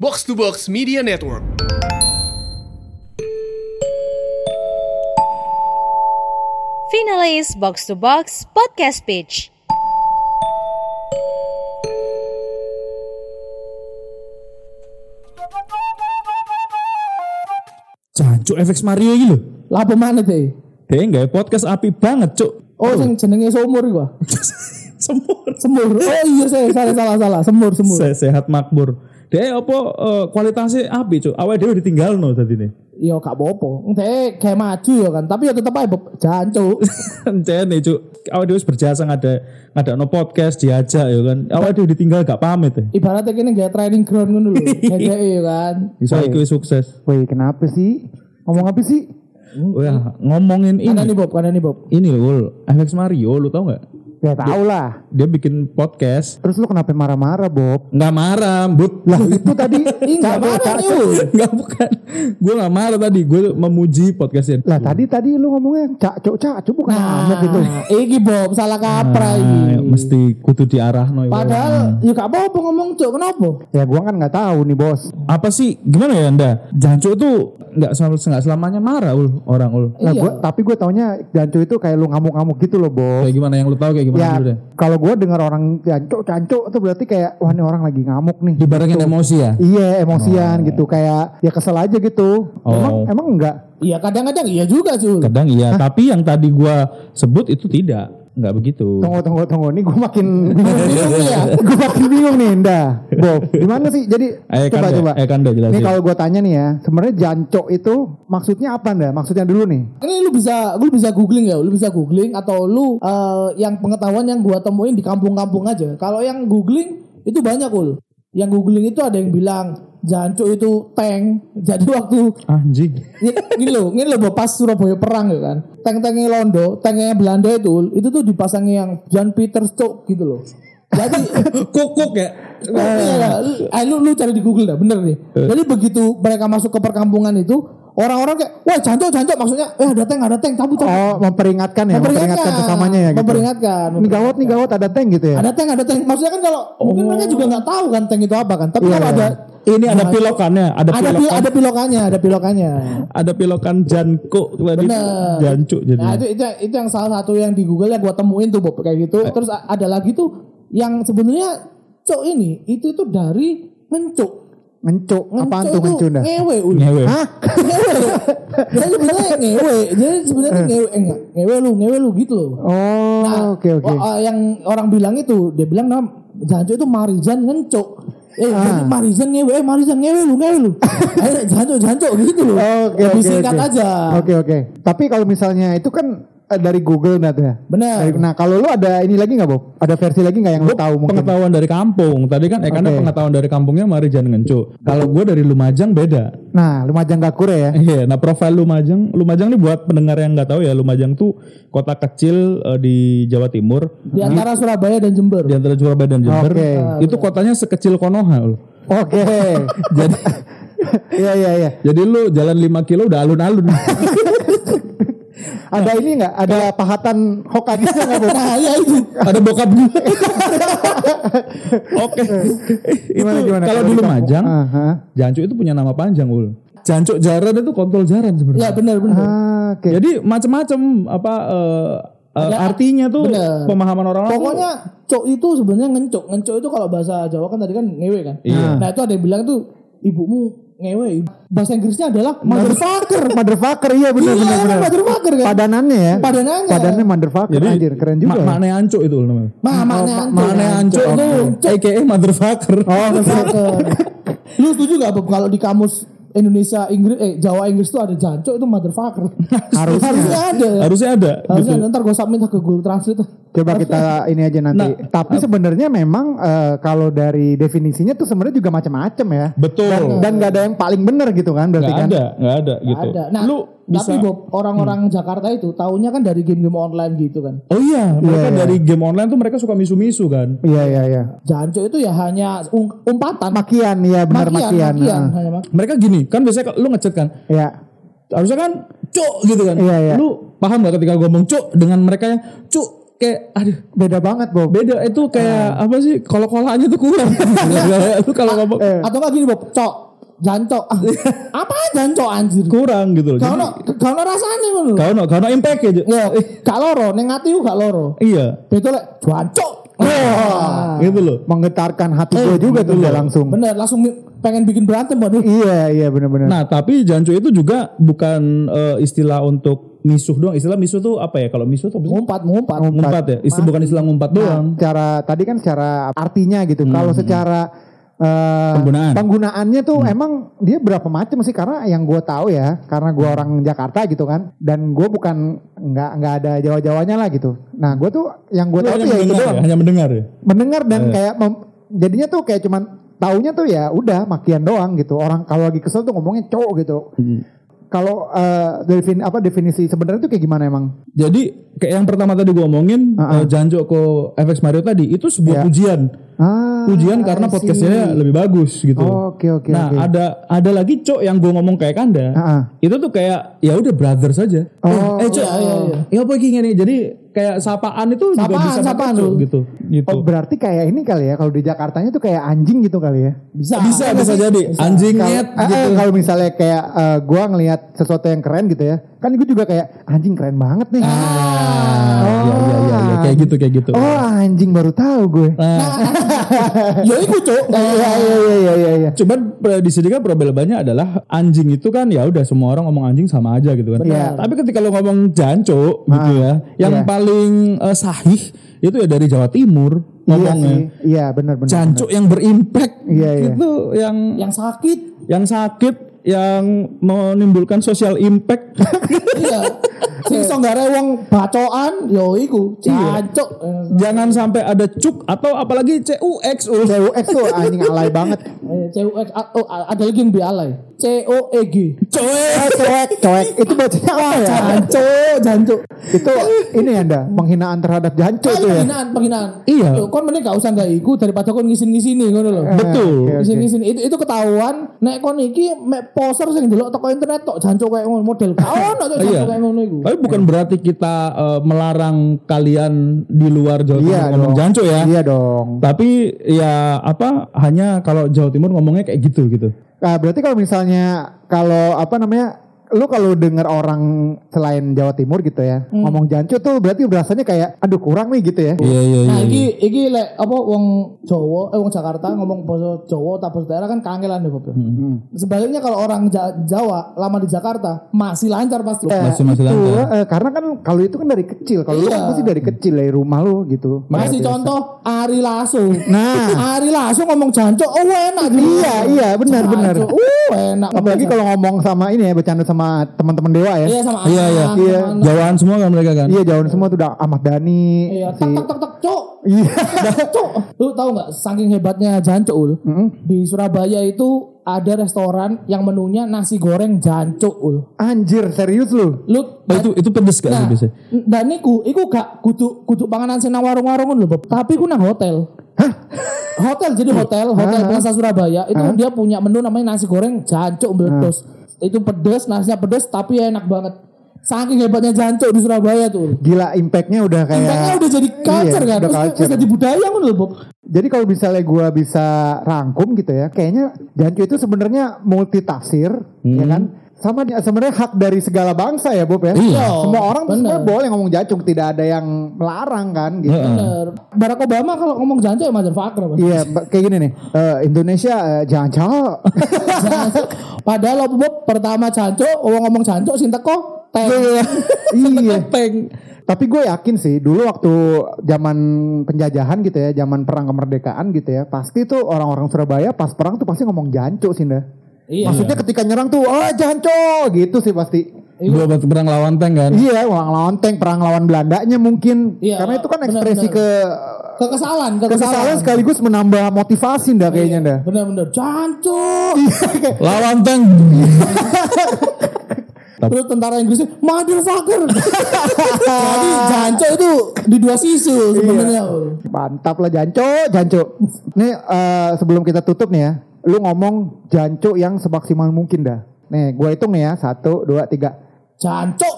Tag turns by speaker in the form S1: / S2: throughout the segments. S1: Box to Box Media Network.
S2: Finalist Box to Box Podcast Pitch.
S3: Jancuk FX Mario iki lho.
S4: Lah apa mana teh?
S3: Dhewe nggawe podcast api banget, Cuk.
S4: Oh, sing jenenge sumur iku. ah.
S3: Semur.
S4: Sumur. Oh iya saya salah salah salah. Sumur sumur.
S3: Se- sehat makmur. Dhewe apa eh, kualitasnya api, Cuk. Awake dhewe ditinggalno dadine.
S4: Yo gak apa-apa. Teh kayak maju ya kan. Tapi ya tetep ae beb- jancuk.
S3: Encene, Cuk. Awake dhewe wis berjasa ngada ngadakno podcast diajak ya kan. Awake dhewe ditinggal gak pamit ya.
S4: Ibaratnya kene gak training ground ngono lho. Kayak iya kan.
S3: Iso iku sukses.
S5: Woi kenapa sih? Ngomong apa sih?
S4: Hmm.
S3: Wah, ngomongin
S4: Kanan
S3: ini.
S4: nih Bob, kanan nih Bob.
S3: Ini lho, FX Mario lu tau gak?
S5: Ya tau lah.
S3: Dia bikin podcast
S5: Terus lu kenapa marah-marah Bob?
S3: nggak marah, but lah
S5: Itu tadi
S4: Enggak marah nih.
S3: nggak bukan. Gue nggak marah tadi, gue memuji podcastnya.
S5: Lah tadi tadi lu ngomongnya cak cok cak cok bukan Ah, amat gitu.
S4: Nah, iki Bob salah kaprah
S3: Ah,
S4: iki.
S3: mesti kudu diarahno iku.
S4: Hmm. Padahal ya gak apa-apa ngomong cuk, kenapa?
S5: Ya gua kan nggak tahu nih bos.
S3: apa sih gimana ya anda jancuk tuh nggak selalu nggak selamanya marah ul orang ul
S5: Lah
S4: Iya.
S5: gua tapi gue taunya jancu itu kayak lu ngamuk-ngamuk gitu loh Bob.
S3: kayak gimana yang lu tahu kayak Iya, gimana
S5: Ya
S3: dulu deh
S5: kalau gua dengar orang jancuk jancuk itu berarti kayak wah ini orang lagi ngamuk nih. gitu.
S3: dibarengin emosi ya
S5: Iya emosian gitu kayak ya kesel aja gitu.
S3: Oh.
S5: Emang emang enggak.
S4: Iya kadang-kadang iya juga Sul.
S3: kadang iya tapi yang tadi gua sebut itu tidak nggak begitu
S5: Tunggu tunggu tunggu nih gue makin gue makin bingung nih Nda Bob gimana sih jadi
S3: Eh,
S5: coba
S3: Kanda,
S5: coba
S3: eh, Kanda, jelasin.
S5: nih kalau gue tanya nih ya sebenarnya jancok itu maksudnya apa Nda maksudnya dulu nih
S4: Ini lu bisa, lu bisa googling ya, lu bisa googling atau lu eh, yang pengetahuan yang gua temuin di kampung-kampung aja. Kalau yang googling itu banyak ul. Yang googling itu ada yang bilang jancuk itu tank. Jadi waktu
S3: anjing
S4: ini- ini loh, ini loh Bob, pas Surabaya perang ya kan. Tank-tanknya Londo, tanknya Belanda itu, Ul, itu tuh dipasangnya yang Jan Peter Stok gitu loh. Jadi
S3: kukuk ya
S4: Iya, lu- ah, lu, lu cari di Google dah, bener nih.
S3: Eh.
S4: Jadi begitu mereka masuk ke perkampungan itu, orang-orang kayak, wah jancok jancok maksudnya, eh ada tank ada tank, tabu tabu.
S5: oh memperingatkan ya memperingatkan sesamanya ya gitu
S4: Memperingatkan.
S5: nih gawat nih gawat ada tank gitu ya
S4: Ada tank ada tank. Maksudnya kan kalau mungkin mereka juga nggak tahu kan tank itu apa kan. Tapi
S5: Iya,
S4: kalau ada Nah,
S3: ini ada pilokannya ada
S4: ada pil,
S3: pilokan
S4: ada pilokannya, ada pilokannya.
S3: ada pilokan jankuk tadi
S4: Bener.
S3: jancuk jadi
S4: Nah, itu, itu itu yang salah satu yang di Google yang gua temuin tuh Bob kayak gitu.
S5: Nah.
S4: Terus a- ada lagi tuh yang sebenarnya cok ini itu itu dari ngencuk.
S5: ngencuk apaan tuh
S4: itu
S5: ngencuk Nda
S4: Ngewe, Ul.
S3: ngewe
S5: hah
S4: Jadi sebenarnya ngewe, jadi sebenarnya ngewe, eh, enggak, ngewe lu, ngewe lu gitu loh. Nah,
S5: oh oke oke
S4: wa- yang orang bilang itu, dia bilang nama Janjo itu Marijan ngencok. Eh,
S5: Ah.
S4: jadi Marijan ngewe, eh, Marijan ngewe lu, ngewe lu. Akhirnya Janjo, Janjo gitu loh.
S5: oke
S4: Lebih
S5: oke
S4: singkat
S5: oke.
S4: aja.
S5: oke oke tapi kalau misalnya itu kan eh, dari Google Nda tuh ya
S4: Bener.
S5: Dari- nah kalau lu ada ini lagi nggak Bob ada versi lagi nggak yang lu tahu mungkin
S3: pengetahuan dari kampung tadi kan eh karena
S5: Oke.
S3: pengetahuan dari kampungnya mari jangan ngencuk kalau gue dari Lumajang beda
S5: Nah, Lumajang Gakure ya.
S3: Iya, nah profil Lumajang, Lumajang ini buat pendengar yang nggak tahu ya, Lumajang tuh kota kecil eh, di Jawa Timur
S4: Di antara Surabaya dan Jember.
S3: di antara Surabaya dan Jember.
S5: Oke.
S3: Itu kotanya sekecil Konoha loh.
S5: Oke.
S3: Jadi,
S5: Iya iya iya.
S3: jadi lu jalan 5 kilo udah alun-alun.
S5: Ada ini enggak? Ada pahatan Hokage enggak, Bob?
S4: Nah, ya itu.
S3: Ada bokap gue. Oke.
S5: Gimana,
S3: Itu
S5: gimana?
S3: Kalau
S5: Kalau
S3: di
S5: di Ah,
S3: Lumajang,
S5: Aha.
S3: Jancuk itu punya nama panjang, Ul. Jancuk Jaran itu kontol Jaran sebenarnya.
S4: Ya benar benar.
S5: Ah, Oke.
S3: Jadi macam-macam apa eh, eh,
S4: Ada-
S3: artinya tuh
S4: bener.
S3: pemahaman orang orang
S4: Pokoknya cok itu sebenarnya ngencok. Ngencok itu kalau bahasa Jawa kan tadi kan ngewe kan.
S3: Iya.
S4: Nah, itu ada yang bilang tuh ibumu ngewe. Bahasa Inggrisnya adalah
S3: Iya,
S4: motherfucker.
S5: Motherfucker iya benar
S4: Iya,
S5: benar benar.
S4: motherfucker kan.
S5: Padanannya ya.
S4: Padanannya.
S5: Padannya motherfucker
S3: jadi
S5: anjir, keren juga.
S3: Ma
S5: ya.
S3: maknanya ancuk itu Ul, namanya.
S4: Ma, mana hancur. kan.
S3: Mane ancuk itu AKA motherfucker.
S5: Oh,
S4: Motherfucker. Lu setuju gak Bob kalau di kamus Indonesia Inggris eh Jawa Inggris tuh ada jancok itu motherfucker.
S5: Harusnya.
S4: Harusnya ada.
S3: Harusnya ada.
S4: iya.
S3: gitu.
S4: Harusnya ada. ntar gue submit ke Google Translate.
S5: Coba kita ini aja nanti. Tapi sebenarnya memang eh, kalau dari definisinya tuh sebenarnya juga macam-macam ya.
S3: Betul.
S5: Dan, dan gak ada yang paling benar gitu kan berarti
S3: Nggak
S5: kan.
S3: ada, nggak ada gitu.
S4: Ada. Nah,
S3: lu bisa Hmm.
S4: tapi Bob orang-orang Jakarta itu taunya kan dari game-game online gitu kan.
S3: Oh iya, mereka dari game online tuh mereka suka misu-misu kan.
S5: Iya iya iya.
S4: Jancok itu ya hanya um- umpatan.
S5: Makian iya benar
S4: makian,
S5: makian. Ah.
S4: hanya ya. Nah, mak-
S3: Mereka gini, kan biasanya kalau lu ngechat kan,
S5: Iya.
S3: harusnya kan cuk gitu kan.
S5: Iya, iya.
S3: Lu paham gak ketika gua ngomong cuk dengan mereka yang cuk kayak aduh
S5: Beda banget, Bob.
S3: beda itu kayak apa sih kalau kolaannya tuh kurang lu kalau ngomong
S4: Eh. Atau nggak gini Bob, cok, jancok. Ah, apa jancok anjir?
S3: kurang gitu loh
S4: Gak
S3: jadi
S4: ono, gak ono rasanya ngono lho.
S3: gak ono gak ono impact ya Ju.
S4: Ya, gak loro, ning ati ku gak loro.
S3: iya
S4: Betul lek jancok.
S3: gitu loh
S5: Menggetarkan hati
S3: Eh,
S5: gue juga tuh udah langsung.
S4: Bener, langsung mi- pengen bikin berantem waduh.
S5: Iya, iya benar-benar.
S3: Nah, tapi jancu itu juga bukan eh, istilah untuk misuh doang. Istilah misuh tuh apa ya? Kalau misuh tuh apa sih?
S4: Ngumpat, ngumpat.
S3: ngumpat ya. Istilah bukan istilah ngumpat doang.
S5: Nah, secara tadi kan secara artinya gitu. Kalau secara eh,
S3: Hmm. Penggunaan. Hmm.
S5: penggunaannya tuh emang dia berapa macam sih? Karena yang gue tahu ya, karena gue
S3: Hmm.
S5: orang Jakarta gitu kan, dan gue bukan nggak nggak ada jawa jawanya lah gitu. Nah gue tuh yang gue
S3: Lu
S5: tahu
S3: hanya
S5: tuh ya itu
S3: mendengar
S5: doang.
S3: ya, hanya mendengar ya.
S5: Mendengar dan kayak mem- jadinya tuh kayak cuman taunya tuh ya udah makian doang gitu. Orang kalau lagi kesel tuh ngomongnya cowok gitu. Kalau eh, defin- apa definisi sebenarnya tuh kayak gimana emang?
S3: Jadi kayak yang pertama tadi gue omongin
S5: Ah,
S3: eh, Janjo ke FX Mario tadi itu sebuah
S5: Iya.
S3: pujian.
S5: Ah,
S3: Pujian karena
S5: I see.
S3: podcastnya lebih bagus gitu.
S5: Oke oke
S3: nah,
S5: oke.
S3: ada ada lagi cok yang gue ngomong kayak Kanda.
S5: Ah, ah.
S3: Itu tuh kayak ya udah brother saja.
S5: Oh,
S3: eh, eh, cok.
S4: iya, iya, iya.
S3: Ya apa gini nih? Jadi kayak sapaan itu juga
S4: Sapaan,
S3: bisa pakai
S4: sapaan
S3: cok
S4: lu.
S3: gitu. Gitu.
S5: Oh berarti kayak ini kali ya kalau di Jakartanya tuh kayak anjing gitu kali ya.
S4: Bisa.
S3: bisa bisa jadi anjing nyet
S5: Eh, eh,
S3: gitu.
S5: kalau misalnya kayak eh, gua ngelihat sesuatu yang keren gitu ya, kan gue juga kayak anjing keren banget nih.
S3: Ah, Iya
S5: oh,
S3: iya iya iya, kayak gitu kayak gitu. Nah,
S5: Oh Nah, eh. anjing baru tahu gue.
S4: Ya iku cok.
S5: Iya iya iya iya iya. iya.
S3: Cuman eh, di sini kan problemnya adalah anjing itu kan ya udah semua orang ngomong anjing sama aja gitu kan.
S5: Benar.
S3: Tapi ketika lo ngomong janco gitu ya, yang
S5: Ah, Iya.
S3: paling eh, sahih itu ya dari Jawa Timur
S5: Iya
S3: ngomongnya.
S5: sih. Iya benar benar.
S3: Janco yang berimpact
S5: Iya, iya.
S3: itu yang
S4: Yang sakit.
S3: yang sakit yang menimbulkan social impact.
S4: Iya. Sing song gak rewong bacoan, yo ya, iku. Eh, Jancok.
S3: Jangan sampai ada cuk atau apalagi CUX. ul.
S5: CUX tuh anjing alay banget.
S4: Eh, CUX A- oh, a- ya. ada lagi yang lebih alay. COEG.
S5: Eh, Cuek cuek itu bacanya apa ya?
S4: Jancok, jancok.
S5: Itu ini anda penghinaan terhadap jancu
S4: Ah,
S5: itu ya.
S4: penghinaan, penghinaan.
S3: Iya.
S4: Loh, kon mending gak usah gak iku daripada kon ngisin-ngisini ngono lho.
S3: Betul.
S5: Nah, Oke, oke.
S4: Ngisin-ngisin itu itu ketahuan nek kon iki mek poser sing delok toko internet tok jancuk kayak ngono model. Gak Ono tok
S3: Iya.
S4: jancuk kayak ngono iku.
S5: Oh,
S3: Tapi bukan berarti kita eh, melarang kalian di luar Jawa Timur
S5: Iya
S3: ngomong
S5: dong.
S3: jancu ya.
S5: Iya dong.
S3: Tapi ya apa hanya kalau Jawa Timur ngomongnya kayak gitu gitu.
S5: Nah, berarti kalau misalnya kalau apa namanya lu kalau denger orang selain Jawa Timur gitu ya ngomong jancu tuh berarti rasanya kayak aduh kurang nih gitu ya.
S3: Iya iya
S4: Nah, iki iki lek apa wong Jawa eh wong Jakarta ngomong bahasa Jawa tak bahasa daerah kan kangelan ya, Bob. ya.
S5: Hmm.
S4: Sebaliknya kalau orang Ja- Jawa lama di Jakarta masih lancar pasti. Nah,
S3: Masih masih
S5: Itu,
S3: lancar.
S5: eh, karena kan kalau itu kan dari kecil, kalau lu
S4: Iya.
S5: kan pasti dari kecil dari rumah lu gitu.
S4: Masih
S5: Biasa.
S4: contoh Ari Lasso.
S5: Nah.
S4: Ari Lasso ngomong jancok, oh enak juga.
S5: Iya, iya, benar,
S4: Jancuk,
S5: benar.
S4: Uh, enak.
S5: Apalagi kalau ngomong sama ini ya bercanda sama teman-teman dewa ya.
S4: Iya sama
S3: Iya iya.
S4: anak,
S3: iya.
S4: sama anak.
S3: Jawaan semua kan mereka kan.
S5: Iya, jauh semua tuh udah Ahmad Dhani.
S4: Iya,
S5: si-
S4: tek tek tek tek cok.
S5: Iya.
S4: Cok. Lu tahu nggak saking hebatnya jancok ul. Di Surabaya itu ada restoran yang menunya nasi goreng jancok ul.
S5: Anjir, serius lu.
S4: Lu
S3: Oh, itu itu pedes gak sih
S4: Nah,
S3: biasanya?
S4: dan niku, iku gak kudu kudu panganan sing nang warung-warung lho, Bob. Tapi ku nang hotel. Hotel jadi hotel, hotel Plaza Surabaya itu dia punya menu namanya nasi goreng jancuk meletus. Itu pedes, nasinya pedes tapi enak banget. Saking hebatnya jancuk di Surabaya tuh.
S5: Gila impactnya udah kayak
S4: Impactnya udah jadi culture
S5: Iya,
S4: kan,
S5: udah
S4: Terus-
S5: culture.
S4: terus jadi budaya kan lho, Bob.
S5: Jadi kalau misalnya gua bisa rangkum gitu ya, kayaknya Jancu itu sebenarnya multitafsir,
S4: Hmm.
S5: ya kan? Sama dia- sebenarnya hak dari segala bangsa ya Bob ya.
S3: Iya.
S5: Semua orang
S4: Bener.
S5: tuh sebenarnya boleh ngomong jacung, tidak ada yang melarang kan gitu.
S4: Bener. Barack Obama kalau ngomong jancuk ya motherfucker, Bob.
S5: Iya, ba- kayak gini nih. Eh, Indonesia eh, jangan cowok.
S4: Jancuk. Padahal lho, Bob pertama jancuk, orang ngomong jancuk sing teko teng.
S5: iya.
S4: Teng.
S5: Tapi gue yakin sih dulu waktu zaman penjajahan gitu ya, zaman perang kemerdekaan gitu ya, pasti tuh orang-orang Surabaya pas perang tuh pasti ngomong jancuk sih, Nda.
S4: Iya.
S5: Maksudnya ketika nyerang tuh, oh janco gitu sih pasti.
S3: Dua batu perang lawan tank kan.
S5: Iya, orang lonteng perang lawan Belandanya mungkin.
S4: Iya,
S5: Karena itu kan
S4: benar,
S5: ekspresi
S4: benar. Kekesalan,
S5: ke kekesalan
S4: kekesalan.
S5: sekaligus menambah motivasi
S4: Iya.
S5: ndak kayaknya Iya. ndak.
S4: Bener-bener jancuk.
S3: Lawan tank.
S4: Terus tentara Inggrisnya motherfucker. Jadi jancok itu di dua sisi
S5: Iya.
S4: sebenarnya.
S5: Mantap lah Janco, Janco. Nih eh, sebelum kita tutup nih ya, lu ngomong Janco yang semaksimal mungkin dah. Nih, gue hitung nih ya, satu, dua, tiga.
S4: Jancok.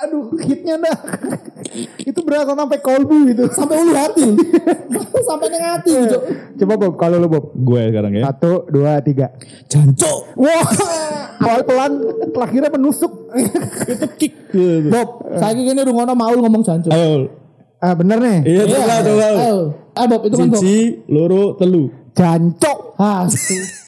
S5: Aduh, hitnya dah. itu berat sampai kolbu gitu.
S4: sampai ulu hati
S5: Iya.
S4: sampai tengah hati gitu
S5: Coba Bob, kalau lu Bob.
S3: Gue sekarang ya.
S5: Satu, dua, tiga.
S3: Jancok.
S5: Wah, pelan-pelan terakhirnya menusuk.
S3: Itu kick. Gitu.
S5: Bob,
S4: saya gini udah ngono maul ngomong jancu
S3: Ayo.
S5: ah, bener nih.
S3: Iya, coba coba.
S4: ayo ah Eh, Bob itu kan Bob
S3: Siji, loro, telu.
S5: Jancok.
S4: ah su-